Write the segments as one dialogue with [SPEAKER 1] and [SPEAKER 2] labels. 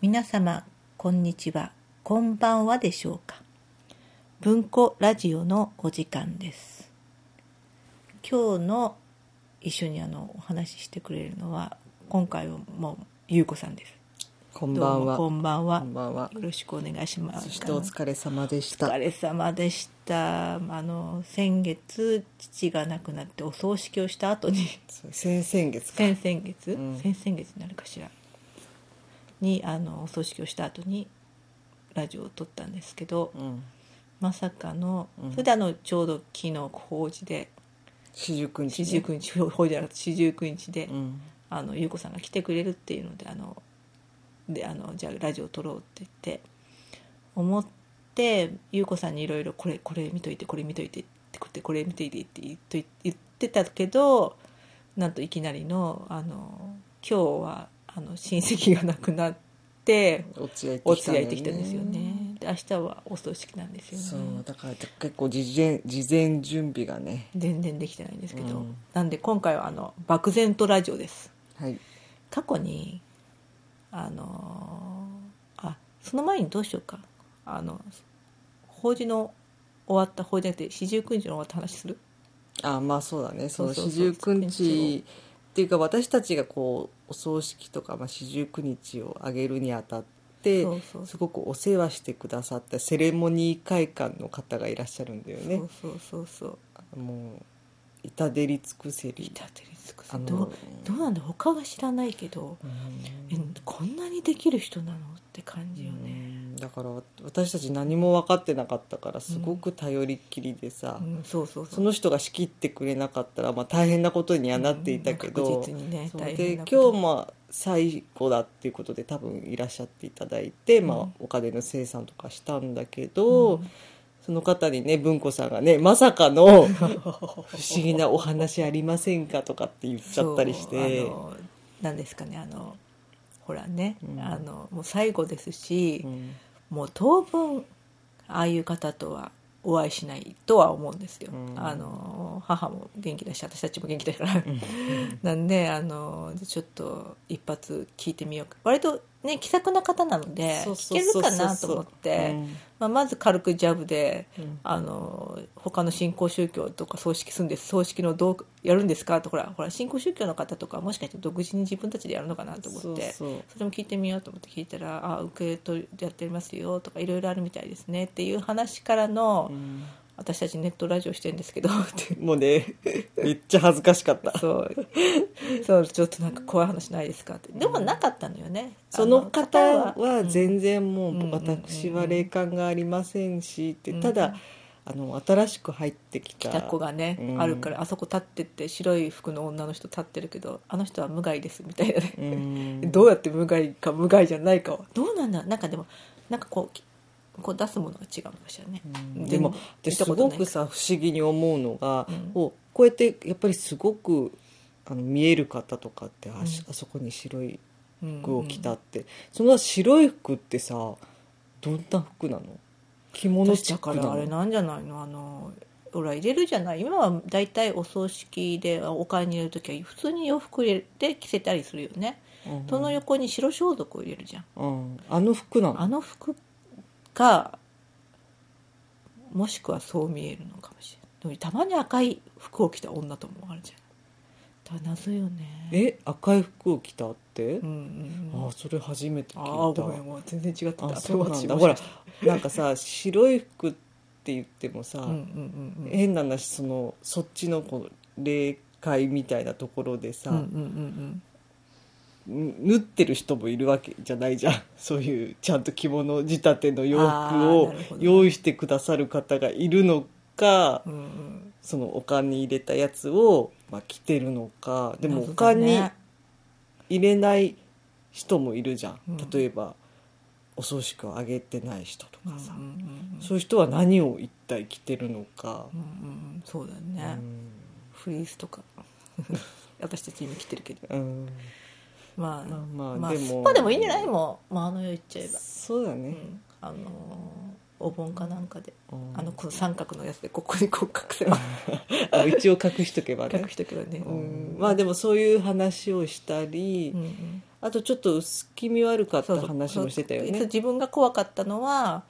[SPEAKER 1] 皆様こんにちはこんばんはでしょうか文庫ラジオのお時間です今日の一緒にあのお話ししてくれるのは今回はもうゆうこさんです
[SPEAKER 2] こん
[SPEAKER 1] ど
[SPEAKER 2] ば
[SPEAKER 1] うんも
[SPEAKER 2] は。
[SPEAKER 1] こんばんは
[SPEAKER 2] こんばんは
[SPEAKER 1] よろしくお願いします
[SPEAKER 2] そしてお疲れ様でし
[SPEAKER 1] お
[SPEAKER 2] た。
[SPEAKER 1] 疲れ様でしたあの先月父が亡くなってお葬式をした後に
[SPEAKER 2] そう先々月か。
[SPEAKER 1] 先々月、
[SPEAKER 2] ん
[SPEAKER 1] 先々月になるかしらにあのお葬式をした後にラジオを撮ったんですけど、
[SPEAKER 2] うん。
[SPEAKER 1] まさかの、
[SPEAKER 2] うん
[SPEAKER 1] それであのちょうど昨日法事で
[SPEAKER 2] 四十九日、
[SPEAKER 1] 四十九日法事じゃなくて四十九日で、
[SPEAKER 2] うん。
[SPEAKER 1] あの優子さんが来てくれるっていうのであのであのじゃあラジオ撮ろうって言って思って優子さんにいろいろこれこれ見といてこれ見といてってこれこれ見といてって言っとい言ってたけどなんといきなりのあの今日はあの親戚が亡くなって
[SPEAKER 2] おつや行
[SPEAKER 1] お
[SPEAKER 2] ってきた
[SPEAKER 1] 通夜行ってきた
[SPEAKER 2] んだよね。
[SPEAKER 1] んですよね。で明日はお葬式なんですよね。
[SPEAKER 2] そうだから結構事前事前準備がね。
[SPEAKER 1] 全然できてないんですけど、
[SPEAKER 2] うん
[SPEAKER 1] なんで今回はあの漠然とラジオです
[SPEAKER 2] はい。
[SPEAKER 1] 過去にあのーあその前にどうしようかあの法事の終わった法事じゃなくて四十九日の終わった話する
[SPEAKER 2] あまあそうだね。その
[SPEAKER 1] そうそう
[SPEAKER 2] 四十
[SPEAKER 1] そう
[SPEAKER 2] 九日っていうか私たちがこうお葬式とかまあ四十九日をあげるにあたって
[SPEAKER 1] そうそう
[SPEAKER 2] すごくお世話してくださったセレモニー会館の方がいらっしゃるんだよね。
[SPEAKER 1] そうそうそうそう
[SPEAKER 2] もう至れり尽くせり
[SPEAKER 1] 至ってり尽く
[SPEAKER 2] あ
[SPEAKER 1] せ
[SPEAKER 2] の
[SPEAKER 1] どうどうなんだ他は知らないけど、
[SPEAKER 2] うん
[SPEAKER 1] えこんなにできる人なのって感じよね、
[SPEAKER 2] うんだから私たち何も分かってなかったからすごく頼りっきりでさ、
[SPEAKER 1] うんそうそうそう
[SPEAKER 2] その人が仕切ってくれなかったら、まあ、大変なことにはなっていたけ
[SPEAKER 1] うん
[SPEAKER 2] ど、
[SPEAKER 1] 確実にね
[SPEAKER 2] そう
[SPEAKER 1] 大
[SPEAKER 2] で
[SPEAKER 1] 変なこ
[SPEAKER 2] 今
[SPEAKER 1] と
[SPEAKER 2] 日
[SPEAKER 1] に
[SPEAKER 2] も最後だっていうことで多分いらっしゃっていただいて、ま
[SPEAKER 1] う
[SPEAKER 2] あ
[SPEAKER 1] ん、
[SPEAKER 2] お金の精算とかしたんだけど、
[SPEAKER 1] うん
[SPEAKER 2] その方にね文子さんがねまさか の不思議なお話ありませんかとかって言っちゃったりして
[SPEAKER 1] そうあ。のなんですかねあのほらね、
[SPEAKER 2] うん
[SPEAKER 1] あのもう最後ですし
[SPEAKER 2] う、ん
[SPEAKER 1] もう当分ああいう方とはお会いしないとは思うんですよ、
[SPEAKER 2] うん
[SPEAKER 1] あの母も元気だし私たちも元気だから、 なんであのちょっと一発聞いてみようか割とね気さくな方なので
[SPEAKER 2] そう
[SPEAKER 1] 聞
[SPEAKER 2] そう
[SPEAKER 1] け
[SPEAKER 2] そ
[SPEAKER 1] る
[SPEAKER 2] うそう
[SPEAKER 1] かなと思って、
[SPEAKER 2] うん
[SPEAKER 1] まあ、まず軽くジャブで
[SPEAKER 2] うん
[SPEAKER 1] あの他の新興宗教とか葬式するんです葬式のどうやるんですかとほらほら新興宗教の方とかもしかして独自に自分たちでやるのかなと思って
[SPEAKER 2] そうそう
[SPEAKER 1] それも聞いてみようと思って聞いたら「あ受け取りやってますよ」とか「いろいろあるみたいですね」っていう話からの、
[SPEAKER 2] うん
[SPEAKER 1] 私たちネットラジオしてるんですけど」 って
[SPEAKER 2] もうね めっちゃ恥ずかしかった
[SPEAKER 1] そうそうちょっとなんか怖い話ないですかってでもなかったのよね
[SPEAKER 2] その方
[SPEAKER 1] あの
[SPEAKER 2] は全然も
[SPEAKER 1] うんうんうん
[SPEAKER 2] う私は霊感がありませんしって
[SPEAKER 1] うん
[SPEAKER 2] ただあの新しく入ってきた
[SPEAKER 1] 北子がね、
[SPEAKER 2] うん
[SPEAKER 1] あるからあそこ立ってって白い服の女の人立ってるけどあの人は無害ですみたいなね、
[SPEAKER 2] うん
[SPEAKER 1] どうやって無害か無害じゃないかはどうなんだなんかでもなんかこうきこう出すものが違うのかしらね、
[SPEAKER 2] うんでも
[SPEAKER 1] 見
[SPEAKER 2] 私
[SPEAKER 1] た
[SPEAKER 2] す
[SPEAKER 1] こと
[SPEAKER 2] ご
[SPEAKER 1] ないか
[SPEAKER 2] くさ不思議に思うのが
[SPEAKER 1] うん
[SPEAKER 2] こうこうやってやっぱりすごくあの見える方とかってあ,、
[SPEAKER 1] うん
[SPEAKER 2] あそこに白い
[SPEAKER 1] うん
[SPEAKER 2] 服を着たって、その白い服ってさどんな服なの着物チ
[SPEAKER 1] だ
[SPEAKER 2] ッ
[SPEAKER 1] か
[SPEAKER 2] クな
[SPEAKER 1] らあれ
[SPEAKER 2] の
[SPEAKER 1] なんじゃないのあのほら入れるじゃない今は大体お葬式でお買いに入れる時は普通に洋服入れて着せたりするよね、
[SPEAKER 2] うん
[SPEAKER 1] その横に白装束を入れるじゃん
[SPEAKER 2] うん、あの服なの
[SPEAKER 1] あの服がもしくはそう見えるのかもしれないでもたまに赤い服を着た女ともあるじゃんだから謎よね
[SPEAKER 2] え赤い服を着たって、
[SPEAKER 1] うんうんうん
[SPEAKER 2] あそれ初めて聞いた
[SPEAKER 1] ああごめんもう全然違ってた
[SPEAKER 2] あそうなん
[SPEAKER 1] 私
[SPEAKER 2] だ
[SPEAKER 1] も
[SPEAKER 2] ほらなんかさ白い服って言ってもさ、
[SPEAKER 1] うんうんうんうん
[SPEAKER 2] 変な話そのそっちのこの霊界みたいなところでさ、
[SPEAKER 1] うんうんうんうん
[SPEAKER 2] ぬ縫ってる人もいるわけじゃないじゃん そういうちゃんと着物仕立ての洋服
[SPEAKER 1] あーな
[SPEAKER 2] を
[SPEAKER 1] るほど
[SPEAKER 2] 用意してくださる方がいるのか
[SPEAKER 1] うんうん
[SPEAKER 2] そのお金に入れたやつを、まあ、着てるのかでもお
[SPEAKER 1] 謎だ
[SPEAKER 2] 金
[SPEAKER 1] ね
[SPEAKER 2] に入れない人もいるじゃん、
[SPEAKER 1] うん
[SPEAKER 2] 例えばお葬式をあげてない人と
[SPEAKER 1] うんうん
[SPEAKER 2] かさ、
[SPEAKER 1] うん
[SPEAKER 2] そういう人は何を一体着てるのか
[SPEAKER 1] う、んうんうんそうだね、フリースと か私たち今着てるけど
[SPEAKER 2] うんうん
[SPEAKER 1] まあ、
[SPEAKER 2] まあまあ、
[SPEAKER 1] まあ、
[SPEAKER 2] で
[SPEAKER 1] ス
[SPEAKER 2] も
[SPEAKER 1] パでもいいんじゃないもう、まあ、あの世行っちゃえば、
[SPEAKER 2] そうだ
[SPEAKER 1] う
[SPEAKER 2] ね、
[SPEAKER 1] ん、あのーお盆かなんかで、
[SPEAKER 2] うん
[SPEAKER 1] あのこの三角のやつでここにこう隠せば
[SPEAKER 2] あ一応隠しとけばね
[SPEAKER 1] 隠しとけばね、
[SPEAKER 2] う
[SPEAKER 1] うんん
[SPEAKER 2] まあでもそういう話をしたり、
[SPEAKER 1] うんうん
[SPEAKER 2] あとちょっと薄気味悪かった話もしてたよ
[SPEAKER 1] そうそう
[SPEAKER 2] ね
[SPEAKER 1] 自分が怖かったのは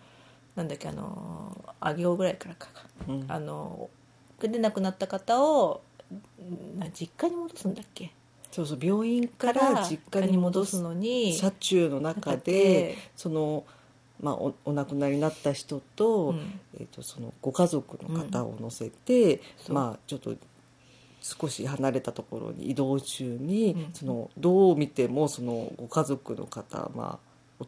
[SPEAKER 1] なんだっけあのあ行ぐらいからか
[SPEAKER 2] うん
[SPEAKER 1] あので亡くなった方をな実家に戻すんだっけ
[SPEAKER 2] そうそう病院
[SPEAKER 1] か
[SPEAKER 2] か
[SPEAKER 1] ら
[SPEAKER 2] ら
[SPEAKER 1] 実
[SPEAKER 2] 実
[SPEAKER 1] 家
[SPEAKER 2] 家に
[SPEAKER 1] に
[SPEAKER 2] 戻
[SPEAKER 1] 戻
[SPEAKER 2] す
[SPEAKER 1] すのに
[SPEAKER 2] 車中の中でその、まあ、おお亡くなりになった人と,、
[SPEAKER 1] うん
[SPEAKER 2] えー、とそのご家族の方を乗せて、
[SPEAKER 1] そう
[SPEAKER 2] まあ、ちょっと少し離れたところに移動中に、
[SPEAKER 1] うん
[SPEAKER 2] そのどう見てもそのご家族の方、まあ、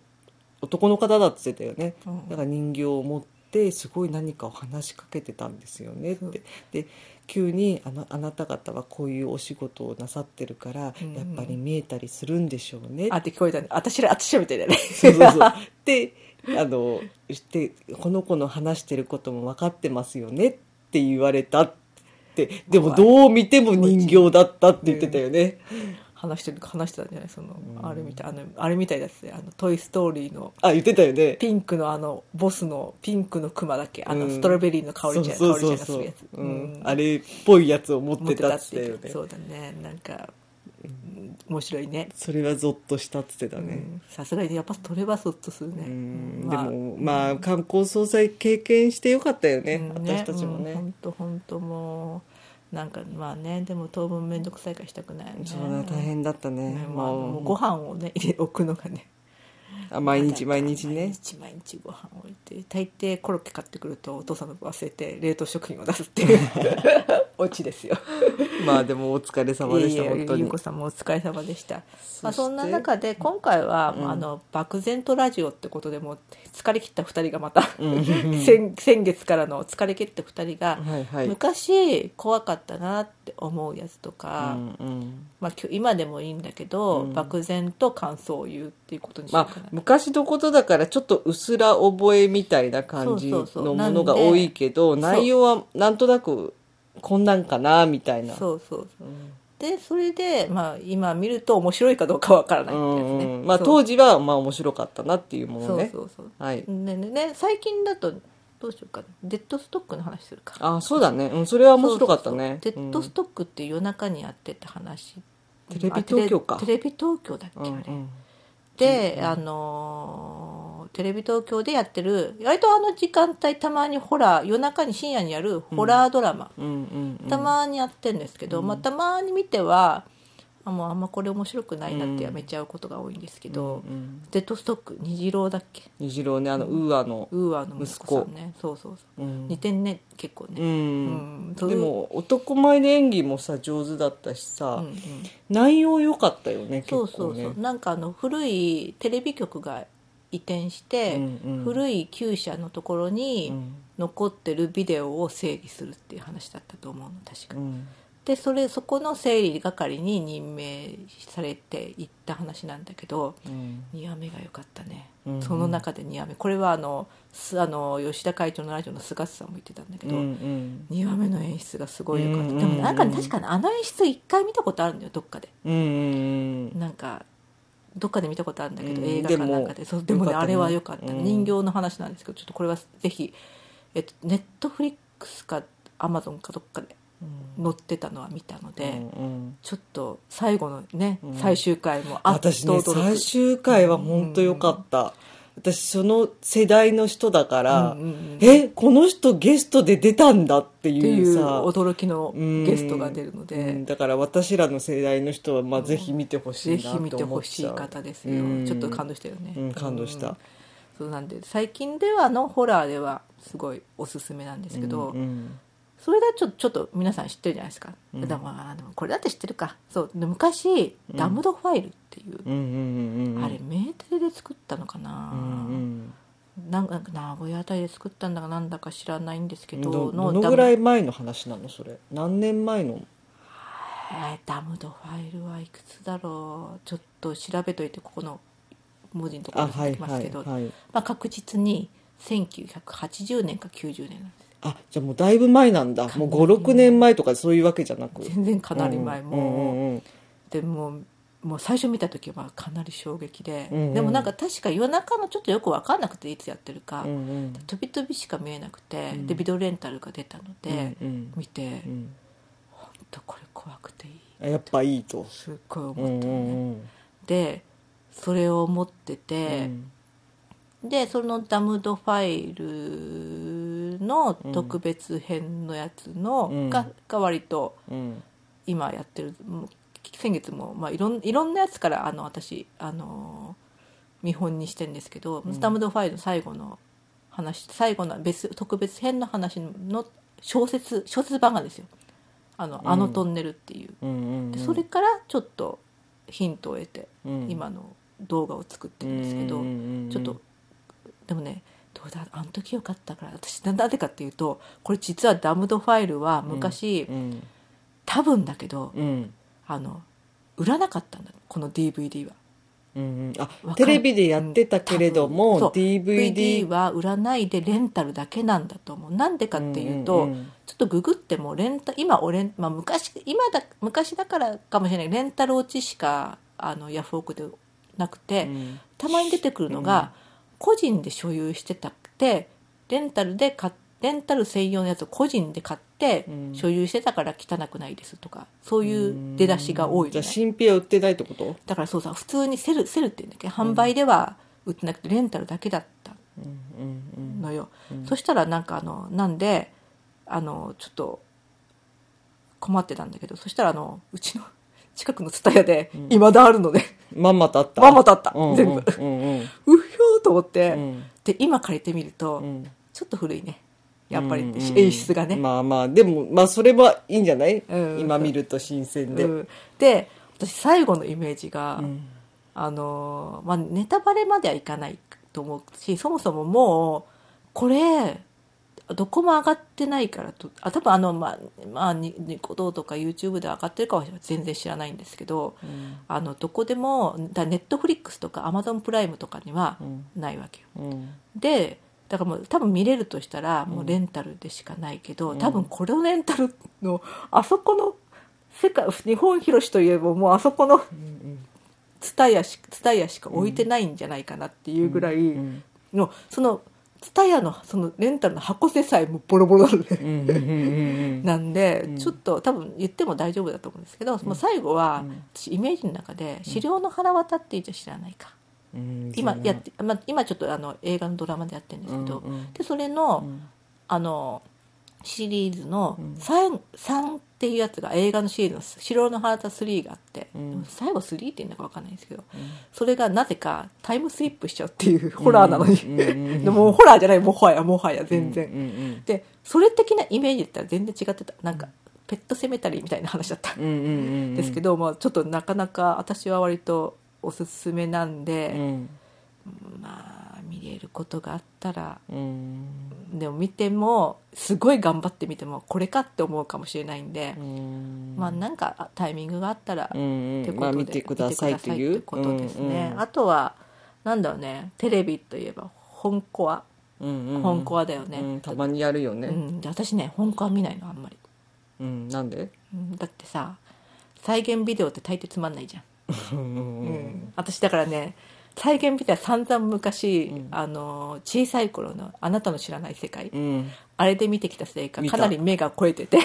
[SPEAKER 2] お男の方だって言ってたよね
[SPEAKER 1] うん
[SPEAKER 2] だから人形を持ってすごい何かを話しかけてたんですよねっ
[SPEAKER 1] そう
[SPEAKER 2] てで急にあの「あなた方はこういうお仕事をなさってるから、
[SPEAKER 1] うん
[SPEAKER 2] やっぱり見えたりするんでしょうね」
[SPEAKER 1] あって聞こえたね私ら私らみたいだね
[SPEAKER 2] そうそう そうであのしてこの子の話してることも分かってますよねって言われたってでもどう見ても人形だったって言ってたよね。
[SPEAKER 1] 話してる話してたんじゃないその、
[SPEAKER 2] うん
[SPEAKER 1] あれみたいあのあれみたいだっすねあの「トイ・ストーリー」の
[SPEAKER 2] あ言ってたよね。
[SPEAKER 1] ピンクのあのボスのピンクのクマだっけあの、
[SPEAKER 2] うん
[SPEAKER 1] ストロベリーの香りちゃん香
[SPEAKER 2] そうそ
[SPEAKER 1] りちゃん
[SPEAKER 2] う
[SPEAKER 1] がす
[SPEAKER 2] そう
[SPEAKER 1] る
[SPEAKER 2] そ
[SPEAKER 1] や
[SPEAKER 2] う
[SPEAKER 1] つ、
[SPEAKER 2] うん
[SPEAKER 1] う、ん
[SPEAKER 2] あれっぽいやつを持っ
[SPEAKER 1] 持ってて
[SPEAKER 2] た
[SPEAKER 1] た
[SPEAKER 2] っ
[SPEAKER 1] って
[SPEAKER 2] て言
[SPEAKER 1] い
[SPEAKER 2] っ
[SPEAKER 1] う
[SPEAKER 2] てたよ
[SPEAKER 1] そ
[SPEAKER 2] ね。
[SPEAKER 1] うだねなんかうん面白いね
[SPEAKER 2] それはゾッとしたって言ってた
[SPEAKER 1] う
[SPEAKER 2] ね。
[SPEAKER 1] んさすがにやっぱ取ればそっとするね
[SPEAKER 2] うん
[SPEAKER 1] うん
[SPEAKER 2] で
[SPEAKER 1] まあ
[SPEAKER 2] もまあ観光総裁経験してよかったよね、
[SPEAKER 1] うん
[SPEAKER 2] 私たちもね、
[SPEAKER 1] 本当本当もうなんかまあねでも当分面倒くさいからしたくないよね
[SPEAKER 2] そうだ大変だったね、
[SPEAKER 1] ねま
[SPEAKER 2] ま
[SPEAKER 1] あ、
[SPEAKER 2] あ
[SPEAKER 1] もうご飯をね 入れ置くのがね
[SPEAKER 2] あ毎日毎日
[SPEAKER 1] 毎
[SPEAKER 2] ね
[SPEAKER 1] 日毎日ご飯を置いて大抵コロッケ買ってくるとお父さんの分忘れて冷凍食品を出すって いうオチですよ
[SPEAKER 2] まあでもお疲れ様でした
[SPEAKER 1] いえいえ
[SPEAKER 2] 本当
[SPEAKER 1] ゆう
[SPEAKER 2] に
[SPEAKER 1] こさんもお疲れ様でした
[SPEAKER 2] そ
[SPEAKER 1] そ,、
[SPEAKER 2] して
[SPEAKER 1] まあ、そんな中で今回は、
[SPEAKER 2] うん
[SPEAKER 1] まああの漠然とラジオってことでもう疲れ切った2人がまた、
[SPEAKER 2] うん
[SPEAKER 1] 先先月からの疲れ切った2人が、
[SPEAKER 2] はいはい
[SPEAKER 1] 昔怖かったなって思うやつとか、
[SPEAKER 2] うんうん
[SPEAKER 1] まあ、きょ今でもいいんだけど、
[SPEAKER 2] うん
[SPEAKER 1] 漠然と感想を言うっていうことにしよう
[SPEAKER 2] ま
[SPEAKER 1] かな
[SPEAKER 2] あ、昔のことだからちょっとうすら覚えみたいな感じ
[SPEAKER 1] そうそうそ
[SPEAKER 2] の
[SPEAKER 1] う
[SPEAKER 2] ものが多いけど
[SPEAKER 1] なんで
[SPEAKER 2] 内容はなんとなくこんなんかなみたいな
[SPEAKER 1] そうそうそう
[SPEAKER 2] うん
[SPEAKER 1] でそれで、まあ、今見ると面白いかどうかわからないってやつね、
[SPEAKER 2] うんまあ
[SPEAKER 1] そう
[SPEAKER 2] 当時はまあ面白かったなっていうもの
[SPEAKER 1] そう
[SPEAKER 2] ね
[SPEAKER 1] そうそう
[SPEAKER 2] はい
[SPEAKER 1] ねねね最近だとどうしようかなデッドストックの話するか
[SPEAKER 2] あそうだね、うん、それは面白かったね
[SPEAKER 1] そうそうそうデッドス
[SPEAKER 2] うん
[SPEAKER 1] トックって夜中にやってた話
[SPEAKER 2] テレビ東京か
[SPEAKER 1] あテレテレビ東京だっけ、
[SPEAKER 2] うん
[SPEAKER 1] あれ
[SPEAKER 2] うん
[SPEAKER 1] で、あのーテレビ東京でやってる割とあの時間帯たまにホラー夜中に深夜にやるホラードラマ、
[SPEAKER 2] うんうんうん
[SPEAKER 1] たまにやってるんですけど、
[SPEAKER 2] うん
[SPEAKER 1] まあ、たまに見てはあもうあんまこれ面白くないなっ
[SPEAKER 2] うん
[SPEAKER 1] てやめちゃうことが多いんですけど、
[SPEAKER 2] うんうん
[SPEAKER 1] デッドストック虹郎だっけ
[SPEAKER 2] 虹郎ねあのウーアの、
[SPEAKER 1] ウーアの息子さんねそうそうそう
[SPEAKER 2] うん
[SPEAKER 1] 似てんね結構
[SPEAKER 2] う
[SPEAKER 1] ね、うんそうい
[SPEAKER 2] で
[SPEAKER 1] う
[SPEAKER 2] も男前で演技もさ上手だったし
[SPEAKER 1] うん
[SPEAKER 2] さ、
[SPEAKER 1] うん
[SPEAKER 2] 内容良かったよね結構
[SPEAKER 1] そ
[SPEAKER 2] ね
[SPEAKER 1] うそうそうなんかあの古いテレビ局が移転して、
[SPEAKER 2] うんうん
[SPEAKER 1] 古い旧社のところ
[SPEAKER 2] う
[SPEAKER 1] に
[SPEAKER 2] ん
[SPEAKER 1] 残ってるビデオを整理するっていう話だったと思うの確か
[SPEAKER 2] うん
[SPEAKER 1] でそれそこの整理係に任命されていった話なんだけど
[SPEAKER 2] うん
[SPEAKER 1] 2話目が良かったね、
[SPEAKER 2] うん
[SPEAKER 1] その中で2話目これはあのすあの吉田会長のラジオの菅さんも言ってたんだけ
[SPEAKER 2] うんう
[SPEAKER 1] ど、
[SPEAKER 2] ん
[SPEAKER 1] 2話目の演出がすごい良かった、
[SPEAKER 2] うん
[SPEAKER 1] でもなんかね
[SPEAKER 2] うん
[SPEAKER 1] 確かにあの演出1回見たことあるんだよどっかで
[SPEAKER 2] うんうん
[SPEAKER 1] なんかどっかで見たことあるんだけど、
[SPEAKER 2] うん
[SPEAKER 1] 映画かなんかで
[SPEAKER 2] でも
[SPEAKER 1] そうでもね
[SPEAKER 2] 良かっ
[SPEAKER 1] あ
[SPEAKER 2] たね
[SPEAKER 1] れは良かった、
[SPEAKER 2] うん
[SPEAKER 1] 人形の話なんですけどちょっとこれはぜひ、えっと、ネットフリックスかアマゾンかどっかで載ってたのは見たので、
[SPEAKER 2] うんうん
[SPEAKER 1] ちょっと最後のね、
[SPEAKER 2] うん
[SPEAKER 1] 最終回もあっと
[SPEAKER 2] 私ね
[SPEAKER 1] 驚く
[SPEAKER 2] 最終回は本当良かった、私その世代の人だから、
[SPEAKER 1] うんうんうん
[SPEAKER 2] えこの人ゲストで出たんだって
[SPEAKER 1] って
[SPEAKER 2] い
[SPEAKER 1] いうう
[SPEAKER 2] さ
[SPEAKER 1] 驚きの
[SPEAKER 2] うん
[SPEAKER 1] ゲストが出るの
[SPEAKER 2] うん
[SPEAKER 1] で、
[SPEAKER 2] だから私らの世代の人はまあぜひ見てほしい
[SPEAKER 1] ぜ
[SPEAKER 2] なと
[SPEAKER 1] ひ
[SPEAKER 2] 思っ
[SPEAKER 1] 見
[SPEAKER 2] ちゃう
[SPEAKER 1] てほしい方ですよ、
[SPEAKER 2] うん
[SPEAKER 1] ちょっと感動したよね、
[SPEAKER 2] うん感動した
[SPEAKER 1] うんそうなんで最近ではのホラーではすごいおすすめなんですけど、
[SPEAKER 2] うんうん
[SPEAKER 1] それだとちょちょっと皆さん知ってるじゃないですか、
[SPEAKER 2] うん
[SPEAKER 1] でもまああのこれだって知ってるかそうで昔、
[SPEAKER 2] うん
[SPEAKER 1] ダムドファイルっていう、
[SPEAKER 2] うんうんうん
[SPEAKER 1] あれ名テレで作ったのかな、
[SPEAKER 2] うん
[SPEAKER 1] なんか名古屋あたりで作ったんだかなんだか知らないんです
[SPEAKER 2] う
[SPEAKER 1] け
[SPEAKER 2] ん
[SPEAKER 1] ど
[SPEAKER 2] どど
[SPEAKER 1] ダ
[SPEAKER 2] の
[SPEAKER 1] ム
[SPEAKER 2] ぐらい前の話なのそれ何年前の
[SPEAKER 1] えーダムドファイルはいくつだろうちょっと調べといてここの文字のところ
[SPEAKER 2] あ
[SPEAKER 1] に
[SPEAKER 2] は
[SPEAKER 1] 出
[SPEAKER 2] い
[SPEAKER 1] てきます
[SPEAKER 2] は
[SPEAKER 1] け
[SPEAKER 2] い
[SPEAKER 1] ど、
[SPEAKER 2] はい
[SPEAKER 1] まあ、確実に1980年か90年なんです
[SPEAKER 2] あじゃあもうだいぶ前なんだもう56年前とかそういうわけじゃなく
[SPEAKER 1] 全然かなり前もう、
[SPEAKER 2] も
[SPEAKER 1] でもうもう最初見た時はかなり衝撃で、
[SPEAKER 2] うんうん
[SPEAKER 1] でもなんか確か夜中のちょっとよく分かんなくていつやってるか、
[SPEAKER 2] うんうん
[SPEAKER 1] 飛び飛びしか見えなくて、
[SPEAKER 2] うん
[SPEAKER 1] でビデオレンタルが出たので、
[SPEAKER 2] うん
[SPEAKER 1] 見て、
[SPEAKER 2] う
[SPEAKER 1] ほん
[SPEAKER 2] ん
[SPEAKER 1] とこれ怖くていい
[SPEAKER 2] あやっぱいいと
[SPEAKER 1] すっごい思
[SPEAKER 2] うん
[SPEAKER 1] っ
[SPEAKER 2] う
[SPEAKER 1] たのね、
[SPEAKER 2] んうん
[SPEAKER 1] でそれを持って
[SPEAKER 2] う
[SPEAKER 1] て、
[SPEAKER 2] ん
[SPEAKER 1] でそのダムドファイルの特別編のやつの、
[SPEAKER 2] うん
[SPEAKER 1] がが割と
[SPEAKER 2] うん
[SPEAKER 1] 今やってるもう先月も、まあ、いろんいろんなやつからあの私、あのー見本にしてんですけど、
[SPEAKER 2] ん
[SPEAKER 1] スタムドファイルの最後の話最後の別特別編の話の小説小説版がですよ「あの,、あのトンネル」っていう、
[SPEAKER 2] うんうん
[SPEAKER 1] でそれからちょっとヒントを得て、
[SPEAKER 2] うん
[SPEAKER 1] 今の動画を作ってるんですけど、
[SPEAKER 2] うんうんうん
[SPEAKER 1] ちょっとでもねどうだあの時よかったから私なんでかっていうとこれ実はダムドファイルは昔、
[SPEAKER 2] うん
[SPEAKER 1] 多分だけど、
[SPEAKER 2] うん
[SPEAKER 1] あの売らなかったんだこの DVD は
[SPEAKER 2] うんうんあ
[SPEAKER 1] わかん
[SPEAKER 2] テレビでやってたけれど
[SPEAKER 1] うん多
[SPEAKER 2] も
[SPEAKER 1] 分そう
[SPEAKER 2] DVD
[SPEAKER 1] DVD は売らないでレンタルだけなんだと思うなんでかっていうと、
[SPEAKER 2] うんうんうん
[SPEAKER 1] ちょっとググってもレンタ今俺、まあ、昔今だ昔だからかもしれないレンタル落ちしかあのヤフオクでなくて、
[SPEAKER 2] うん
[SPEAKER 1] たまに出てくるのが、個人で所有してたくてレンタルで買っレンタル専用のやつを個人で買って、
[SPEAKER 2] うん
[SPEAKER 1] 所有してたから汚くないですとかそういう出だしが多い
[SPEAKER 2] じ
[SPEAKER 1] じ
[SPEAKER 2] ゃ
[SPEAKER 1] ゃ
[SPEAKER 2] あ
[SPEAKER 1] ない
[SPEAKER 2] 新品は売ってないってこと
[SPEAKER 1] だからそうさ普通にセルセルって言うんだっけど販売では売ってなくてレンタルだけだった
[SPEAKER 2] うんうん
[SPEAKER 1] のよ、
[SPEAKER 2] うん
[SPEAKER 1] そしたらなんかあのなんであのちょっと困ってたんだけどそしたらあのうちの近くの蔦屋で
[SPEAKER 2] うん
[SPEAKER 1] いまだあるので、
[SPEAKER 2] うんまんまとあった
[SPEAKER 1] まんまとあった、
[SPEAKER 2] うんうん
[SPEAKER 1] 全部
[SPEAKER 2] うんうん
[SPEAKER 1] うひょーと思って、
[SPEAKER 2] うん
[SPEAKER 1] で今借りてみると、
[SPEAKER 2] うん
[SPEAKER 1] ちょっと古いねやっぱり、
[SPEAKER 2] うんうん
[SPEAKER 1] 演出がね、
[SPEAKER 2] まあまあでもまあそれはいいんじゃない
[SPEAKER 1] うん
[SPEAKER 2] 今見ると新鮮で
[SPEAKER 1] うんで私最後のイメージが、
[SPEAKER 2] うん
[SPEAKER 1] あのーまあ、ネタバレまではいかないと思うしそもそももうこれどこも上がってないからとあ多分あのまあ、まあ、ニニコ動とか YouTube で上がってるかは全然知らないんですけどあのどこでもだネットフリックスとか Amazon プライムとかには
[SPEAKER 2] うん
[SPEAKER 1] ないわけよ
[SPEAKER 2] うん
[SPEAKER 1] でだからもう多分見れるとしたらもうレンタルでしかないけど、
[SPEAKER 2] うん
[SPEAKER 1] 多分このレンタルのあそこの世界日本広しといえばもうあそこの
[SPEAKER 2] うん
[SPEAKER 1] ツタヤしツタヤしか置いてないんじゃないかなっていうぐらい
[SPEAKER 2] うん
[SPEAKER 1] の、そのツタヤのそのレンタルの箱でさえもボロボロなの
[SPEAKER 2] う
[SPEAKER 1] ね
[SPEAKER 2] んうんうんうん
[SPEAKER 1] なんで、
[SPEAKER 2] うん
[SPEAKER 1] ちょっと多分言っても大丈夫だと思うんですけど、もう最後は、
[SPEAKER 2] うん
[SPEAKER 1] 私イメージの中で「資料の腹渡」っていうじゃ知らないか、
[SPEAKER 2] うん
[SPEAKER 1] 今やって、まあ、今ちょっとあの映画のドラマでやってるんですけど、
[SPEAKER 2] うんうん
[SPEAKER 1] でそれの、
[SPEAKER 2] うん
[SPEAKER 1] あのシリーズの
[SPEAKER 2] うん
[SPEAKER 1] 3、3っていうやつが映画のシリーズの「城の原田3」があって、
[SPEAKER 2] うん
[SPEAKER 1] でも最後3っていうんだか分かんないんですけど、
[SPEAKER 2] ん
[SPEAKER 1] それがなぜかタイムスリップしちゃうっていうホラーなのに、
[SPEAKER 2] うんうんう ん
[SPEAKER 1] でもうホラーじゃないもはやもはや全然、
[SPEAKER 2] うんうん
[SPEAKER 1] でそれ的なイメージだったら全然違ってたなんかペットセメタリーみたいな話だった
[SPEAKER 2] うんうんうんうん
[SPEAKER 1] ですけど、まあ、ちょっとなかなか私は割とおすすめなん
[SPEAKER 2] う
[SPEAKER 1] で、
[SPEAKER 2] ん
[SPEAKER 1] まあ見れることがあったら
[SPEAKER 2] うん
[SPEAKER 1] でも見てもすごい頑張って見てもこれかって思うかもしれないんで
[SPEAKER 2] う、ん
[SPEAKER 1] まあなんかあタイミングがあったら、
[SPEAKER 2] う
[SPEAKER 1] っ
[SPEAKER 2] ん
[SPEAKER 1] て
[SPEAKER 2] うん
[SPEAKER 1] ことで、
[SPEAKER 2] まあ見てくださいとい
[SPEAKER 1] 見て
[SPEAKER 2] う
[SPEAKER 1] くださいってことですね、
[SPEAKER 2] うんうん
[SPEAKER 1] あとはなんだろうねテレビといえば本コア
[SPEAKER 2] うんうん
[SPEAKER 1] 本コアだよね、
[SPEAKER 2] うんたまにやるよね
[SPEAKER 1] うんで私ね本コア見ないのあんまり、
[SPEAKER 2] うんなんで
[SPEAKER 1] うんだってさ再現ビデオって大抵つまんないじゃん
[SPEAKER 2] うんうん
[SPEAKER 1] うん私だからね再現ビデオは散々昔、
[SPEAKER 2] うん
[SPEAKER 1] あの小さい頃の「あなたの知らない世界」
[SPEAKER 2] うん
[SPEAKER 1] あれで見てきたせいか
[SPEAKER 2] 見た
[SPEAKER 1] かなり目が肥えてて、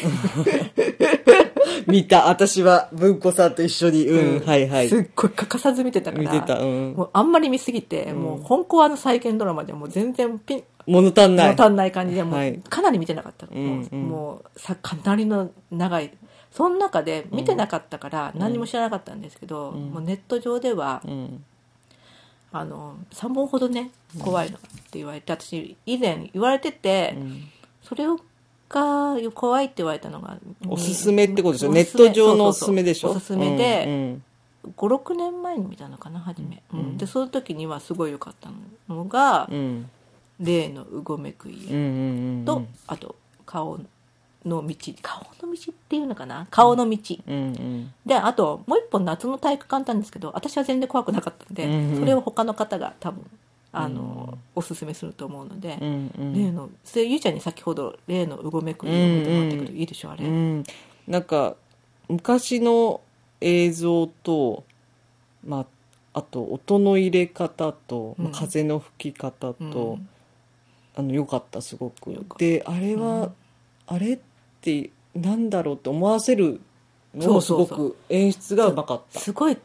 [SPEAKER 2] 見た私は文子さんと一緒にうん、はいはい
[SPEAKER 1] すっごい欠かさず見てたから
[SPEAKER 2] 見てたうん
[SPEAKER 1] もうあんまり見すぎて、もう本校あの再現ドラマではもう全然ピン
[SPEAKER 2] 物足んない
[SPEAKER 1] 物足んない感じでもう、
[SPEAKER 2] はい
[SPEAKER 1] かなり見てなかったの、
[SPEAKER 2] うん
[SPEAKER 1] もう
[SPEAKER 2] うん
[SPEAKER 1] もうさかなりの長いその中で見てなかったから何も知らなかったんですけど、もうネット上では、
[SPEAKER 2] うん
[SPEAKER 1] あの3本ほどね怖いのって言われて私以前言われてて、
[SPEAKER 2] ん
[SPEAKER 1] それが怖いって言われたのが
[SPEAKER 2] おすすめってことでしょ
[SPEAKER 1] お
[SPEAKER 2] ネ
[SPEAKER 1] す
[SPEAKER 2] ッ
[SPEAKER 1] すめ
[SPEAKER 2] ト上のおすすめでしょ
[SPEAKER 1] そうそうそうおすすめで、
[SPEAKER 2] うん
[SPEAKER 1] 56年前に見たのかな初め、うんでその時にはすごい良かったのが
[SPEAKER 2] うんうん
[SPEAKER 1] 「例のうごめく
[SPEAKER 2] うんう
[SPEAKER 1] 家
[SPEAKER 2] んうん」
[SPEAKER 1] と、あと「顔の道」顔の道っていうのかな顔の道、
[SPEAKER 2] うんうん
[SPEAKER 1] であともう一本夏の体育館なんですけど私は全然怖くなかったんで、
[SPEAKER 2] うんうん
[SPEAKER 1] それを他の方が多分あの、おすすめすると思うので、
[SPEAKER 2] うんうん
[SPEAKER 1] 例のそれゆうちゃんに先ほど例のうごめく家を見てもらったけど、いいでしょあれ、
[SPEAKER 2] うん、なんか昔の映像と、まあ、あと音の入れ方と、まあ
[SPEAKER 1] うん
[SPEAKER 2] 風の吹き方と、
[SPEAKER 1] うん
[SPEAKER 2] あの良かったすごく
[SPEAKER 1] 良かった
[SPEAKER 2] であれは、あれってなんだろうって思わせるのもす
[SPEAKER 1] そうそ
[SPEAKER 2] ご
[SPEAKER 1] うそう
[SPEAKER 2] く演出がうまかった
[SPEAKER 1] すごい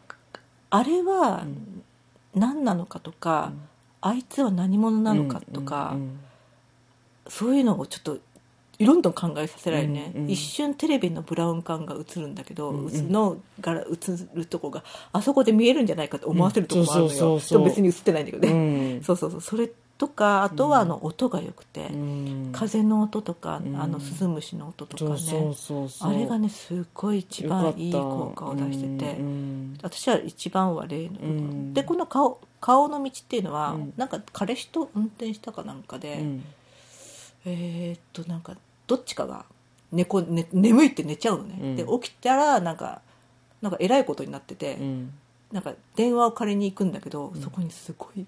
[SPEAKER 1] あれは、
[SPEAKER 2] ん
[SPEAKER 1] 何なのかとか、あいつは何者なのかとか、そういうのをちょっとどんどん考えさせられるね、
[SPEAKER 2] うんうん
[SPEAKER 1] 一瞬テレビのブラウン管が映るんだけど、
[SPEAKER 2] うんうん
[SPEAKER 1] うつのが映るとこがあそこで見えるんじゃないかと思わせるとこもあるの
[SPEAKER 2] うんそ
[SPEAKER 1] よ、
[SPEAKER 2] うそうそうそう
[SPEAKER 1] でも別に映ってないんだけど
[SPEAKER 2] う
[SPEAKER 1] ね、
[SPEAKER 2] ん
[SPEAKER 1] そうそうそうそれとかあとはあの音が良くて、
[SPEAKER 2] うん
[SPEAKER 1] 風の音とか、
[SPEAKER 2] うん
[SPEAKER 1] あのスズムシの音とかね
[SPEAKER 2] そうそうそうそ
[SPEAKER 1] あ
[SPEAKER 2] う
[SPEAKER 1] れがねすっごい一番いい効果を出してて、
[SPEAKER 2] うん
[SPEAKER 1] 私は一番は例の部分、
[SPEAKER 2] うん
[SPEAKER 1] でこの顔顔の道っていうのは、
[SPEAKER 2] うん
[SPEAKER 1] なんか彼氏と運転したかなんかで、
[SPEAKER 2] うん
[SPEAKER 1] えーっとなんかどっちかが寝こ、ね、眠いって寝ちゃうのね、
[SPEAKER 2] うん
[SPEAKER 1] で起きたらなんかなんかえらいことになってて、
[SPEAKER 2] うん
[SPEAKER 1] なんか電話を借りに行くんだけど、そこにすごい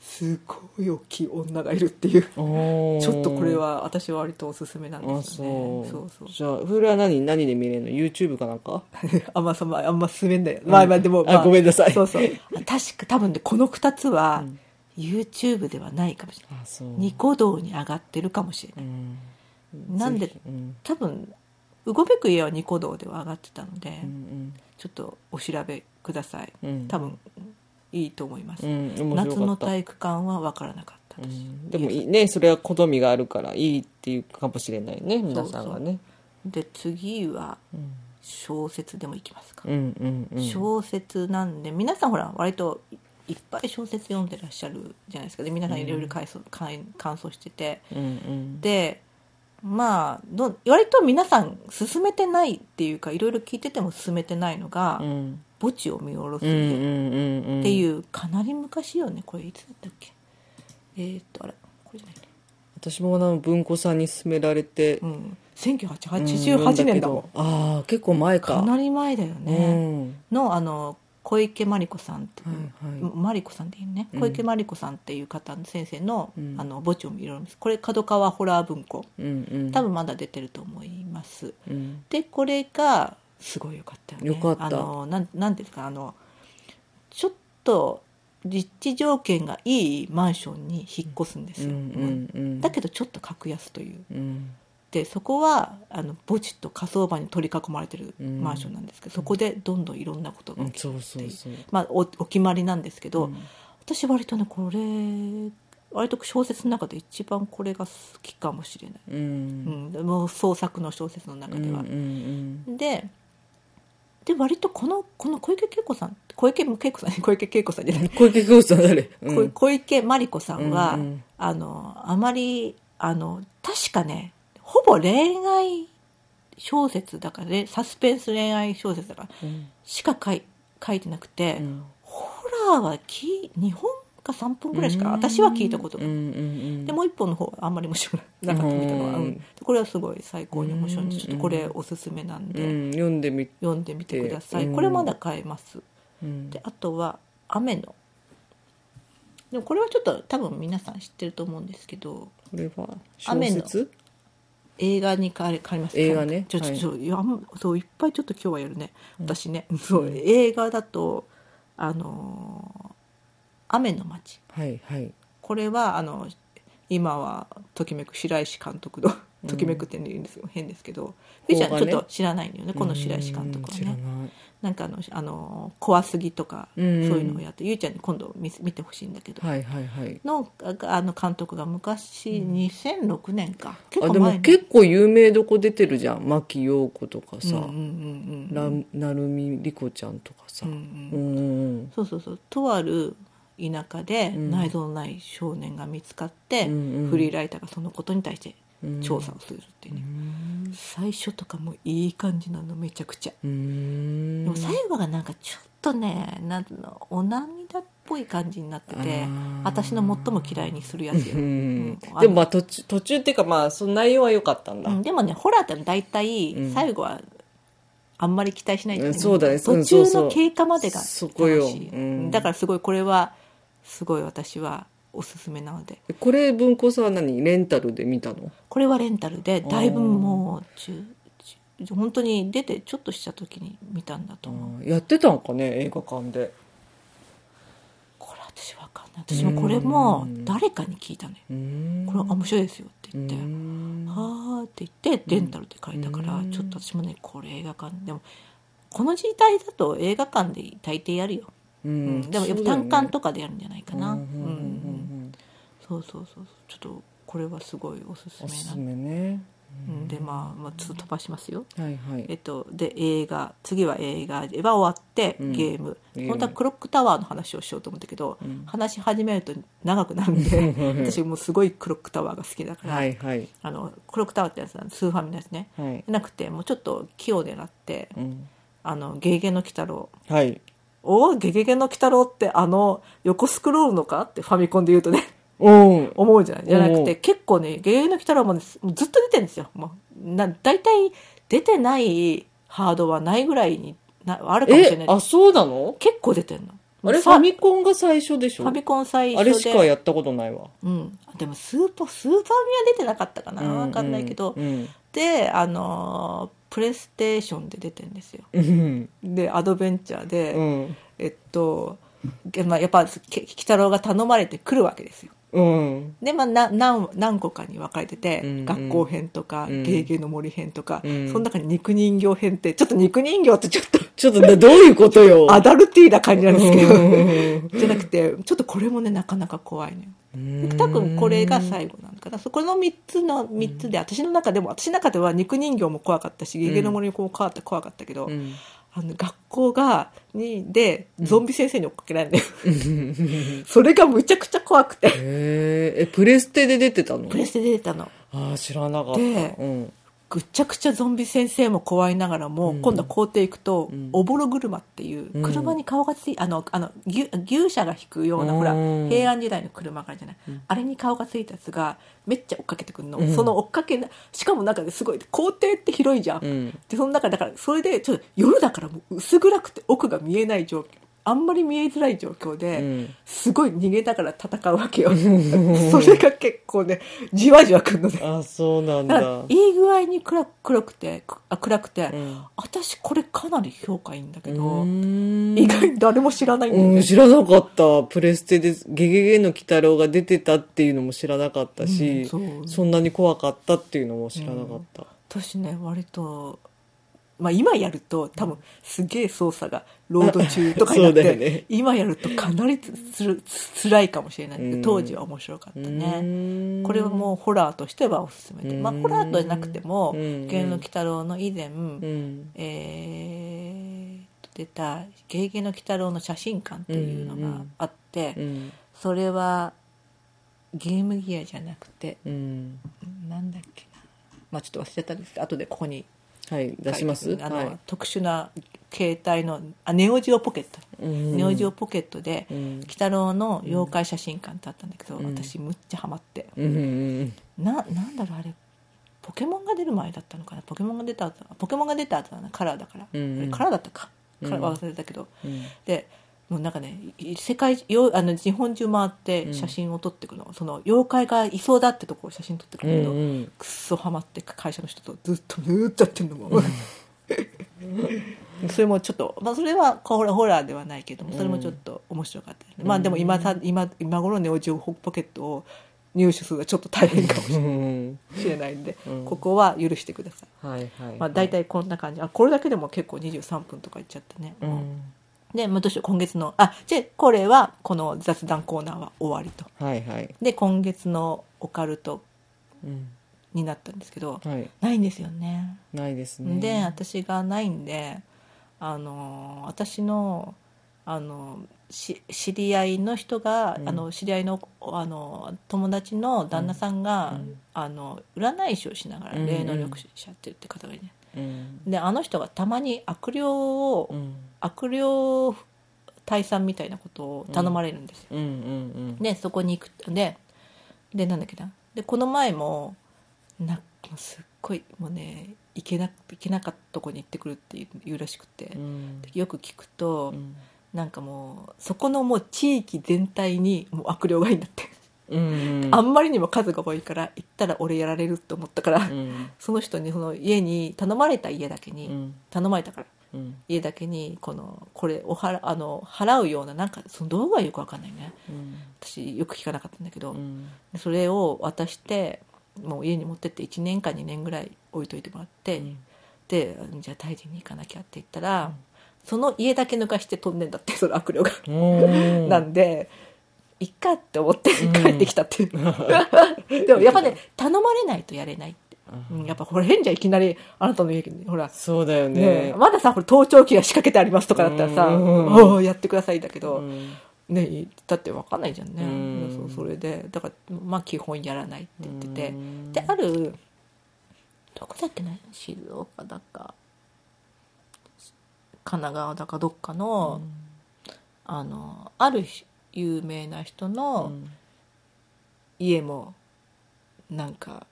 [SPEAKER 1] すごい大きい女がいるっていう
[SPEAKER 2] おー
[SPEAKER 1] ちょっとこれは私は割とおすすめなん
[SPEAKER 2] あ
[SPEAKER 1] ですよ
[SPEAKER 2] そ
[SPEAKER 1] ね
[SPEAKER 2] う
[SPEAKER 1] そう そう
[SPEAKER 2] じゃあそれは何何で見れるの YouTube かなんか
[SPEAKER 1] あんまそんなあんま進めんだよ、まあまあでも、ま
[SPEAKER 2] あごめんなさい
[SPEAKER 1] そうそう確か多分ねこの2つは
[SPEAKER 2] うん
[SPEAKER 1] YouTube ではないかもしれない、
[SPEAKER 2] あそう
[SPEAKER 1] ニコ動に上がってるかもしれない、
[SPEAKER 2] うん
[SPEAKER 1] なんで
[SPEAKER 2] ぜひうん
[SPEAKER 1] 多分うごめく家はニコ動では上がってたので、
[SPEAKER 2] うん
[SPEAKER 1] ちょっとお調べください
[SPEAKER 2] うんうん
[SPEAKER 1] 多分いいと思います、
[SPEAKER 2] うん面白かった
[SPEAKER 1] 夏の体育館は分からなかったです、
[SPEAKER 2] うんでもいいねそれは好みがあるからいいっていうかもしれないね皆さんがね
[SPEAKER 1] で次は
[SPEAKER 2] うん
[SPEAKER 1] 小説でもいきますか、
[SPEAKER 2] うんうんうん
[SPEAKER 1] 小説なんで皆さんほら割といいっぱい小説読んでらっしゃるじゃないですかで皆さんいろいろ感想感感想してて
[SPEAKER 2] うんうん
[SPEAKER 1] でまあどう割と皆さん進めてないっていうかいろいろ聞いてても進めてないのが「
[SPEAKER 2] うん
[SPEAKER 1] 墓地を見下ろす
[SPEAKER 2] うんう
[SPEAKER 1] 家」
[SPEAKER 2] んうんうん
[SPEAKER 1] っていうかなり昔よねこれいつだったっけえーっとあれこれじゃないね
[SPEAKER 2] 私もあの文庫さんに勧められて
[SPEAKER 1] うん
[SPEAKER 2] うん
[SPEAKER 1] 1988年だもん
[SPEAKER 2] 読だけどああ結構前か
[SPEAKER 1] かなり前だよ
[SPEAKER 2] う
[SPEAKER 1] ね
[SPEAKER 2] ん
[SPEAKER 1] のあの小池真理子さんっていう
[SPEAKER 2] はいはい
[SPEAKER 1] マリコさんでいいね
[SPEAKER 2] うん
[SPEAKER 1] 小池真理子さんっていう方の先生の「
[SPEAKER 2] うん
[SPEAKER 1] あの墓地を見下ろす」これ角川ホラー文庫
[SPEAKER 2] うんうん
[SPEAKER 1] 多分まだ出てると思います
[SPEAKER 2] うん
[SPEAKER 1] でこれがすごい良かったよね
[SPEAKER 2] 良かった
[SPEAKER 1] あのなんなんていうんですかあのちょっと立地条件がいいマンションに引っ越すんで
[SPEAKER 2] う
[SPEAKER 1] すよ、
[SPEAKER 2] んうんうん
[SPEAKER 1] だけどちょっと格安という
[SPEAKER 2] うん
[SPEAKER 1] でそこはあの墓地と火葬場に取り囲まれてる
[SPEAKER 2] うん
[SPEAKER 1] マンションなんですけど、そこでどんどんいろんなこと
[SPEAKER 2] う
[SPEAKER 1] が
[SPEAKER 2] ん
[SPEAKER 1] 起きる
[SPEAKER 2] そ
[SPEAKER 1] っ
[SPEAKER 2] う
[SPEAKER 1] ていう、
[SPEAKER 2] そうそう
[SPEAKER 1] まあ、おお決まりなんですけど、
[SPEAKER 2] うん
[SPEAKER 1] 私割とねこれ割と小説の中で一番これが好きかもしれない、
[SPEAKER 2] うん
[SPEAKER 1] うん、でもう創作の小説の中では
[SPEAKER 2] うん。うん
[SPEAKER 1] でで割とこのこの小池恵子さん小池恵子さん 小池恵子さんじゃな
[SPEAKER 2] う
[SPEAKER 1] い
[SPEAKER 2] ん、小池教授は誰、う
[SPEAKER 1] 小小池真理子さんは、
[SPEAKER 2] うんうん
[SPEAKER 1] あのあまりあの確かねほぼ恋愛小説だからねサスペンス恋愛小説だから
[SPEAKER 2] うん
[SPEAKER 1] しか書い書いてなくて、
[SPEAKER 2] うん
[SPEAKER 1] ホラーはき2本か3本ぐらいしか私は聞いたことが、
[SPEAKER 2] うんうんうん、
[SPEAKER 1] でもう1本の方はあんまり面白くなかったみたいなのは、
[SPEAKER 2] うん
[SPEAKER 1] うんこれはすごい最高に面白いんでちょっとこれ
[SPEAKER 2] う
[SPEAKER 1] おすすめなん
[SPEAKER 2] う
[SPEAKER 1] で、
[SPEAKER 2] ん、読んでみ
[SPEAKER 1] 読んでみてください、
[SPEAKER 2] うん
[SPEAKER 1] これまだ買えます
[SPEAKER 2] うん
[SPEAKER 1] であとは雨のでもこれはちょっと多分皆さん知ってると思うんですけど
[SPEAKER 2] これは小
[SPEAKER 1] 雨の
[SPEAKER 2] 説
[SPEAKER 1] 映画に変わり変わります
[SPEAKER 2] 映画ね
[SPEAKER 1] ちょちょ
[SPEAKER 2] はい
[SPEAKER 1] ちょ、いやあんそういっぱいちょっと今日はやるね
[SPEAKER 2] うん
[SPEAKER 1] 私ね、そう映画だとあのー雨の街
[SPEAKER 2] はいはい
[SPEAKER 1] これはあの今はときめく白石監督の
[SPEAKER 2] うん
[SPEAKER 1] ときめくって言うんですよ、変ですけどゆうちゃん
[SPEAKER 2] 邦
[SPEAKER 1] ちょ
[SPEAKER 2] 画
[SPEAKER 1] っと
[SPEAKER 2] ね
[SPEAKER 1] 知らないんだよねこの白石監督は
[SPEAKER 2] うん知ら
[SPEAKER 1] ね
[SPEAKER 2] ない
[SPEAKER 1] なんかあのあの怖すぎとか、
[SPEAKER 2] うん
[SPEAKER 1] そういうのをやってゆうちゃんに今度見せ見てほしいんだけど、
[SPEAKER 2] はいはいはい
[SPEAKER 1] のああの監督が昔2006年か、結
[SPEAKER 2] あ
[SPEAKER 1] 構
[SPEAKER 2] で
[SPEAKER 1] 前
[SPEAKER 2] も
[SPEAKER 1] の
[SPEAKER 2] 結構有名どこ出てるじゃん牧陽子とか
[SPEAKER 1] う
[SPEAKER 2] さ、
[SPEAKER 1] んうんうんうん
[SPEAKER 2] ラなるみりこちゃんとかさ、
[SPEAKER 1] うんう
[SPEAKER 2] うんんうん
[SPEAKER 1] そうそうそうとある田舎で
[SPEAKER 2] うん
[SPEAKER 1] 内臓のない少年が見つかって、
[SPEAKER 2] うんうん
[SPEAKER 1] フリーライターがそのことに対して
[SPEAKER 2] うん
[SPEAKER 1] 調査をするっていう
[SPEAKER 2] う
[SPEAKER 1] ね、
[SPEAKER 2] ん
[SPEAKER 1] 最初とかもいい感じなのめちゃくちゃ、
[SPEAKER 2] うん
[SPEAKER 1] でも最後がなんかちょっとねなんていうのお涙っぽい感じになってて
[SPEAKER 2] あー
[SPEAKER 1] 私の最も嫌いにするやつよ、
[SPEAKER 2] う
[SPEAKER 1] うん
[SPEAKER 2] ん
[SPEAKER 1] あの
[SPEAKER 2] でもまあ途中途中っていうかまあその内容は良かったんだ、
[SPEAKER 1] うんでもねホラーって大体
[SPEAKER 2] うん
[SPEAKER 1] 最後はあんまり期待しないじゃない
[SPEAKER 2] うんそうだね
[SPEAKER 1] 途
[SPEAKER 2] う
[SPEAKER 1] 中
[SPEAKER 2] んそうそ
[SPEAKER 1] の
[SPEAKER 2] う
[SPEAKER 1] 経過までが
[SPEAKER 2] そこよ
[SPEAKER 1] 楽しい
[SPEAKER 2] うん
[SPEAKER 1] だからすごいこれはすごい私はおすすめなので
[SPEAKER 2] これ文庫さんは何レンタルで見たの
[SPEAKER 1] これはレンタルでだいぶもう中中本当に出てちょっとした時に見たんだと思う、
[SPEAKER 2] やってたんかね映画館で
[SPEAKER 1] これ私わかんない私もこれも
[SPEAKER 2] うん
[SPEAKER 1] 誰かに聞いたのよ、こ
[SPEAKER 2] こ
[SPEAKER 1] れ面白いですよって言って、
[SPEAKER 2] は
[SPEAKER 1] はあって言ってレンタルで借りたから、
[SPEAKER 2] うん
[SPEAKER 1] ちょっと私もねこれ映画館でもこの時代だと映画館で大抵やるよ
[SPEAKER 2] う
[SPEAKER 1] うんん、でもやっぱ単管とかでやるんじゃないかな
[SPEAKER 2] そうだよねうんうんうんうんうん
[SPEAKER 1] そうそうそうちょっとこれはすごいおすす
[SPEAKER 2] お
[SPEAKER 1] め
[SPEAKER 2] すす
[SPEAKER 1] な
[SPEAKER 2] めね、
[SPEAKER 1] うんでまあ、まあ、ちょっと飛ばしますよ
[SPEAKER 2] はいはい
[SPEAKER 1] えっと、で映画次は映画エヴァ終わって
[SPEAKER 2] うん
[SPEAKER 1] ゲーム、
[SPEAKER 2] ゲーム
[SPEAKER 1] 本当はクロックタワーの話をしようと思ったけど、
[SPEAKER 2] うん
[SPEAKER 1] 話し始めると長くなるん で 私もうすごいクロックタワーが好きだから、
[SPEAKER 2] はいはい
[SPEAKER 1] あのクロックタワーってやつなんスーファミのやつね
[SPEAKER 2] はい
[SPEAKER 1] なくてもうちょっと木を狙って
[SPEAKER 2] うん
[SPEAKER 1] 「あのゲゲの鬼太郎」
[SPEAKER 2] はい
[SPEAKER 1] おーゲゲゲの鬼太郎ってあの横スクロールのかってファミコンで言うとね
[SPEAKER 2] うん
[SPEAKER 1] 思うじゃないじゃなく
[SPEAKER 2] おう
[SPEAKER 1] て結構ねゲゲゲの鬼太郎も,、ね、すもうずっと出てるんですよもうな大体出てないハードはないぐらいになあるかもしれ
[SPEAKER 2] え
[SPEAKER 1] ない
[SPEAKER 2] あそうなの
[SPEAKER 1] 結構出てるの
[SPEAKER 2] あれフ
[SPEAKER 1] さ
[SPEAKER 2] ァミコンが最初でし
[SPEAKER 1] フ
[SPEAKER 2] ょ
[SPEAKER 1] ァミコン最
[SPEAKER 2] あ
[SPEAKER 1] 初で
[SPEAKER 2] れしかやったことないわ
[SPEAKER 1] うん、でもスーパースーパーミは出てなかったかな
[SPEAKER 2] う
[SPEAKER 1] 分かんないけど、
[SPEAKER 2] うん
[SPEAKER 1] であのープレイステーションで出てるんですよ
[SPEAKER 2] うん
[SPEAKER 1] でアドベンチャーで、
[SPEAKER 2] うん
[SPEAKER 1] えっと、げまあ、やっぱけ鬼太郎が頼まれてくるわけですよ
[SPEAKER 2] うん
[SPEAKER 1] で、まあ、な何何個かに分かれてて、
[SPEAKER 2] うんうん
[SPEAKER 1] 学校編とか、
[SPEAKER 2] うん
[SPEAKER 1] ゲーゲーの森編とか、
[SPEAKER 2] うん
[SPEAKER 1] その中に肉人形編ってちょっと肉人形ってちょっと
[SPEAKER 2] ちょっとねどういうこ とよ
[SPEAKER 1] アダルティーな感じなんですけど、
[SPEAKER 2] うん
[SPEAKER 1] じゃなくてちょっとこれもねなかなか怖いの、ね、よ多分これが最後なのかなそこの3つの三つで私の中でも私の中では肉人形も怖かったしゲーゲーの森も怖かった怖かったけど、
[SPEAKER 2] うん
[SPEAKER 1] あの学校がにでゾンビ先生に追っかけられる、
[SPEAKER 2] へ
[SPEAKER 1] それがむちゃくちゃ怖くて
[SPEAKER 2] ええプレステで出てたの
[SPEAKER 1] プレステで出てたの
[SPEAKER 2] ああ知らなかった
[SPEAKER 1] で
[SPEAKER 2] うん
[SPEAKER 1] ぐちゃぐちゃゾンビ先生も怖いながらも、
[SPEAKER 2] うん
[SPEAKER 1] 今度は校庭行くと、
[SPEAKER 2] うん
[SPEAKER 1] おぼろ車っていう
[SPEAKER 2] うん
[SPEAKER 1] 車に顔がついあのあの牛牛車が引くような、ほら
[SPEAKER 2] うん
[SPEAKER 1] 平安時代の車からじゃない、あれに顔がついたやつがめっちゃ追っかけてくるの、
[SPEAKER 2] うん
[SPEAKER 1] その追っかけなしかもなんかねすごい校庭って広いじゃん、
[SPEAKER 2] うん
[SPEAKER 1] でその中だからそれでちょっと夜だからもう薄暗くて奥が見えない状況あんまり見えづらい状況で、
[SPEAKER 2] うん
[SPEAKER 1] すごい逃げながら戦うわ けよそれが結構ねじわじわくるのね
[SPEAKER 2] あそうなん
[SPEAKER 1] だ
[SPEAKER 2] だ
[SPEAKER 1] からいい具合に暗く暗くてくあ暗くて、
[SPEAKER 2] うん
[SPEAKER 1] 私これかなり評価いいんだけ
[SPEAKER 2] う
[SPEAKER 1] ど、
[SPEAKER 2] ーん
[SPEAKER 1] 意外に誰も知らないんだよ
[SPEAKER 2] う
[SPEAKER 1] ね
[SPEAKER 2] ん、知らなかった。プレステで、ゲゲゲの鬼太郎が出てたっていうのも知らなかった
[SPEAKER 1] う
[SPEAKER 2] し、
[SPEAKER 1] んそう
[SPEAKER 2] そんなに怖かったっていうのも知らなかった。
[SPEAKER 1] 私ね割と、まあ、今やると多分すげえ操作がロード中とかになっ
[SPEAKER 2] そうだ
[SPEAKER 1] て、
[SPEAKER 2] よね
[SPEAKER 1] 今やるとかなりつつるつ辛いかもしれないけ
[SPEAKER 2] うん
[SPEAKER 1] ど当時は面白かったね、
[SPEAKER 2] ね
[SPEAKER 1] これはもうホラーとしてはおすすめで、まあ、
[SPEAKER 2] うん
[SPEAKER 1] ホラーとじゃなくても「
[SPEAKER 2] うん
[SPEAKER 1] ゲーの鬼太郎」の以前、
[SPEAKER 2] う、ん、
[SPEAKER 1] えーと出た「ゲゲの鬼太郎」の写真館っていうのがあって、
[SPEAKER 2] うん、
[SPEAKER 1] それはゲームギアじゃなくて
[SPEAKER 2] うん。
[SPEAKER 1] なんだっけな、まあ、ちょっと忘れちゃったんですけど後でここに
[SPEAKER 2] はい、出します
[SPEAKER 1] あの、
[SPEAKER 2] はい。
[SPEAKER 1] 特殊な携帯のあネオジオポケット、
[SPEAKER 2] うん
[SPEAKER 1] ネオジオポケットで、
[SPEAKER 2] うん
[SPEAKER 1] 鬼太郎の妖怪写真館ってあったんだけど、
[SPEAKER 2] うん
[SPEAKER 1] 私むっちゃハマって、
[SPEAKER 2] うんうん
[SPEAKER 1] ななんだろうあれポケモンが出る前だったのかなポケモンが出た後ポケモンが出た後だなカラーだから、
[SPEAKER 2] うん
[SPEAKER 1] あれカラーだったかカラー
[SPEAKER 2] うん
[SPEAKER 1] 忘れたけど、
[SPEAKER 2] うん
[SPEAKER 1] でもうなんかねい世界よあの日本中回って写真を撮ってくの、その妖怪がいそうだってとこを写真撮ってく
[SPEAKER 2] う
[SPEAKER 1] るけど、
[SPEAKER 2] んうん
[SPEAKER 1] くっそハマって会社の人とずっとぬーっとやってんのも それもちょっと、まあ、それはホラーホラーではないけどもそれもちょっと面白かったですね、まあでも今さ今今頃ネオジオポケットを入手するのはちょっと大変かも
[SPEAKER 2] うんうん
[SPEAKER 1] しれないんで、
[SPEAKER 2] うん
[SPEAKER 1] ここは許してください、
[SPEAKER 2] はいはい。
[SPEAKER 1] まあ、大体こんな感じあこれだけでも結構23分とかいっちゃったね、
[SPEAKER 2] うん。
[SPEAKER 1] で、まあ、どうしよう今月のあじゃあこれはこの雑談コーナーは終わりと
[SPEAKER 2] はいはい。
[SPEAKER 1] で今月のオカルト
[SPEAKER 2] うん。
[SPEAKER 1] になったんですけど
[SPEAKER 2] はい。
[SPEAKER 1] ないんですよね
[SPEAKER 2] ないですね。
[SPEAKER 1] で私がないんであの私のあのし知り合いの人が、
[SPEAKER 2] うん
[SPEAKER 1] あの知り合いのあの友達の旦那さんが、
[SPEAKER 2] うん
[SPEAKER 1] あの占い師をしながら
[SPEAKER 2] うんうん
[SPEAKER 1] 霊能力者って言って方がいて、
[SPEAKER 2] うん。
[SPEAKER 1] であの人がたまに悪霊を、
[SPEAKER 2] うん。
[SPEAKER 1] 悪霊退散みたいなことを頼まれるんですよ、
[SPEAKER 2] うんうんうん。
[SPEAKER 1] でそこに行くででなんだっけなでこの前もなもうすっごいもうね行けな行けなかったとこに行ってくるっていうらしくて、
[SPEAKER 2] うん。
[SPEAKER 1] よく聞くと、
[SPEAKER 2] うん
[SPEAKER 1] なんかもうそこのもう地域全体にもう悪霊がいいんだって、
[SPEAKER 2] うんうん。
[SPEAKER 1] あんまりにも数が多いから行ったら俺やられると思ったから、
[SPEAKER 2] うん
[SPEAKER 1] その人にその家に頼まれた家だけに、
[SPEAKER 2] うん
[SPEAKER 1] 頼まれたから
[SPEAKER 2] うん
[SPEAKER 1] 家だけにこのこれおはらあの払うようななんかその道具はよくわかんないね
[SPEAKER 2] うん
[SPEAKER 1] 私よく聞かなかったんだけど、
[SPEAKER 2] うん
[SPEAKER 1] それを渡してもう家に持ってって1年か2年ぐらい置いといてもらって、
[SPEAKER 2] うん
[SPEAKER 1] でじゃあ退治に行かなきゃって言ったら、その家だけ抜かして飛んでんだってその悪霊が、
[SPEAKER 2] うん
[SPEAKER 1] なんでいっかって思って
[SPEAKER 2] うん
[SPEAKER 1] 帰ってきたっていう、 でもやっぱね頼まれないとやれないって、うん、やっぱこれ変じゃんいきなりあなたの家にほら
[SPEAKER 2] そうだよ
[SPEAKER 1] ね
[SPEAKER 2] ね
[SPEAKER 1] えまださこれ盗聴器が仕掛けてありますとかだったらさ「
[SPEAKER 2] うんうんうん
[SPEAKER 1] おおやってください」だけど、
[SPEAKER 2] うん
[SPEAKER 1] ねえだって分かんないじゃんね、
[SPEAKER 2] うん
[SPEAKER 1] そうそれでだからまあ基本やらないって言ってて、
[SPEAKER 2] うん
[SPEAKER 1] であるどこだっけな静岡だか神奈川だかどっかの、あのあるひ有名な人
[SPEAKER 2] う
[SPEAKER 1] の
[SPEAKER 2] ん
[SPEAKER 1] 家もなんか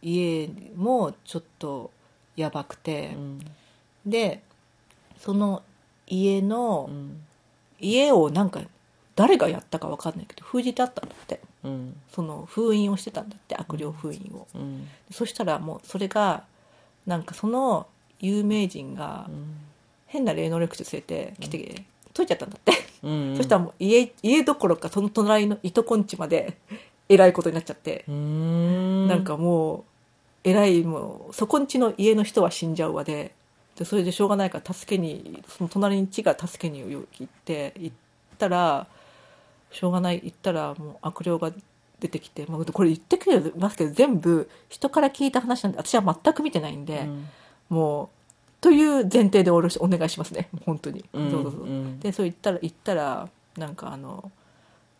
[SPEAKER 1] 家もちょっとやばくて。でその家の、
[SPEAKER 2] うん
[SPEAKER 1] 家をなんか誰がやったか分かんないけど封じてあったんだって
[SPEAKER 2] うん
[SPEAKER 1] その封印をしてたんだって悪霊封印を、
[SPEAKER 2] うん
[SPEAKER 1] そしたらもうそれがなんかその有名人が変な霊能力者連れて来て、解いちゃったんだって、
[SPEAKER 2] う ん
[SPEAKER 1] そしたらもう家家どころかその隣のいとこんちまで えらいことになっちゃって、
[SPEAKER 2] うん
[SPEAKER 1] なんかもうえらいもうそこんちの家の人は死んじゃうわででそれでしょうがないから助けにその隣にちが助けに行って行ったらしょうがない行ったらもう悪霊が出てきて、まあ、これ言ってくれますけど全部人から聞いた話なんで私は全く見てないんで、
[SPEAKER 2] うん
[SPEAKER 1] もうという前提でおろしお願いしますね本当に、
[SPEAKER 2] うん
[SPEAKER 1] そうそうそう
[SPEAKER 2] うん
[SPEAKER 1] でそう言ったら言ったらなんかあの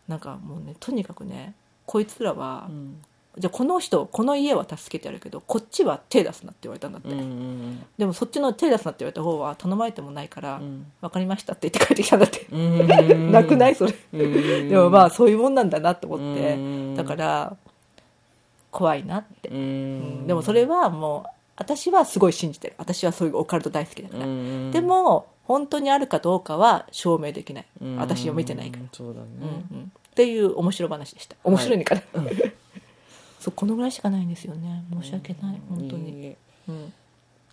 [SPEAKER 1] なんかもうねとにかくねこいつらは、
[SPEAKER 2] うん
[SPEAKER 1] じゃあこの人この家は助けてやるけどこっちは手出すなって言われたんだって、
[SPEAKER 2] うんうん
[SPEAKER 1] でもそっちの手出すなって言われた方は頼まれてもないから「わ
[SPEAKER 2] うん
[SPEAKER 1] 分かりました」って言って帰ってきたんだって、
[SPEAKER 2] う ん
[SPEAKER 1] なくないそれ、
[SPEAKER 2] う ん
[SPEAKER 1] でもまあそういうもんなんだなと思って、
[SPEAKER 2] うん
[SPEAKER 1] だから怖いなって、
[SPEAKER 2] うん
[SPEAKER 1] でもそれはもう私はすごい信じてる私はそういうオカルト大好きだから、
[SPEAKER 2] うん
[SPEAKER 1] でも本当にあるかどうかは証明できない、
[SPEAKER 2] うん
[SPEAKER 1] 私を見てないから、
[SPEAKER 2] そうだね
[SPEAKER 1] うんうんっていう面白話でした面白いのかな、そうこのぐらいしかないんですよね申し訳ない本当に、
[SPEAKER 2] いいえ
[SPEAKER 1] うん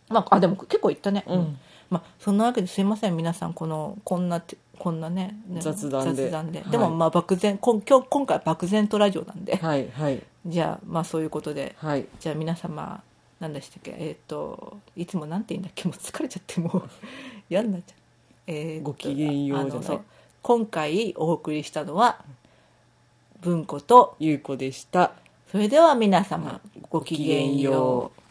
[SPEAKER 1] まああでも結構いったね、
[SPEAKER 2] うん
[SPEAKER 1] まあそんなわけですいません皆さんこのこんなてこんなねね
[SPEAKER 2] 雑談ではい
[SPEAKER 1] でもまあ漠然こん今日今回は漠然とラジオなんで
[SPEAKER 2] はいはい
[SPEAKER 1] じゃあまあそういうことで
[SPEAKER 2] はい
[SPEAKER 1] じゃあ皆様何でしたっけえっ、といつもなんて言うんだっけもう 疲れちゃって もう嫌になっちゃう、えーと
[SPEAKER 2] ごきげんようじゃない
[SPEAKER 1] あのそう今回お送りしたのは文庫と
[SPEAKER 2] ゆうこでした
[SPEAKER 1] それでは皆様ごきげん
[SPEAKER 2] ごきげんよ
[SPEAKER 1] よう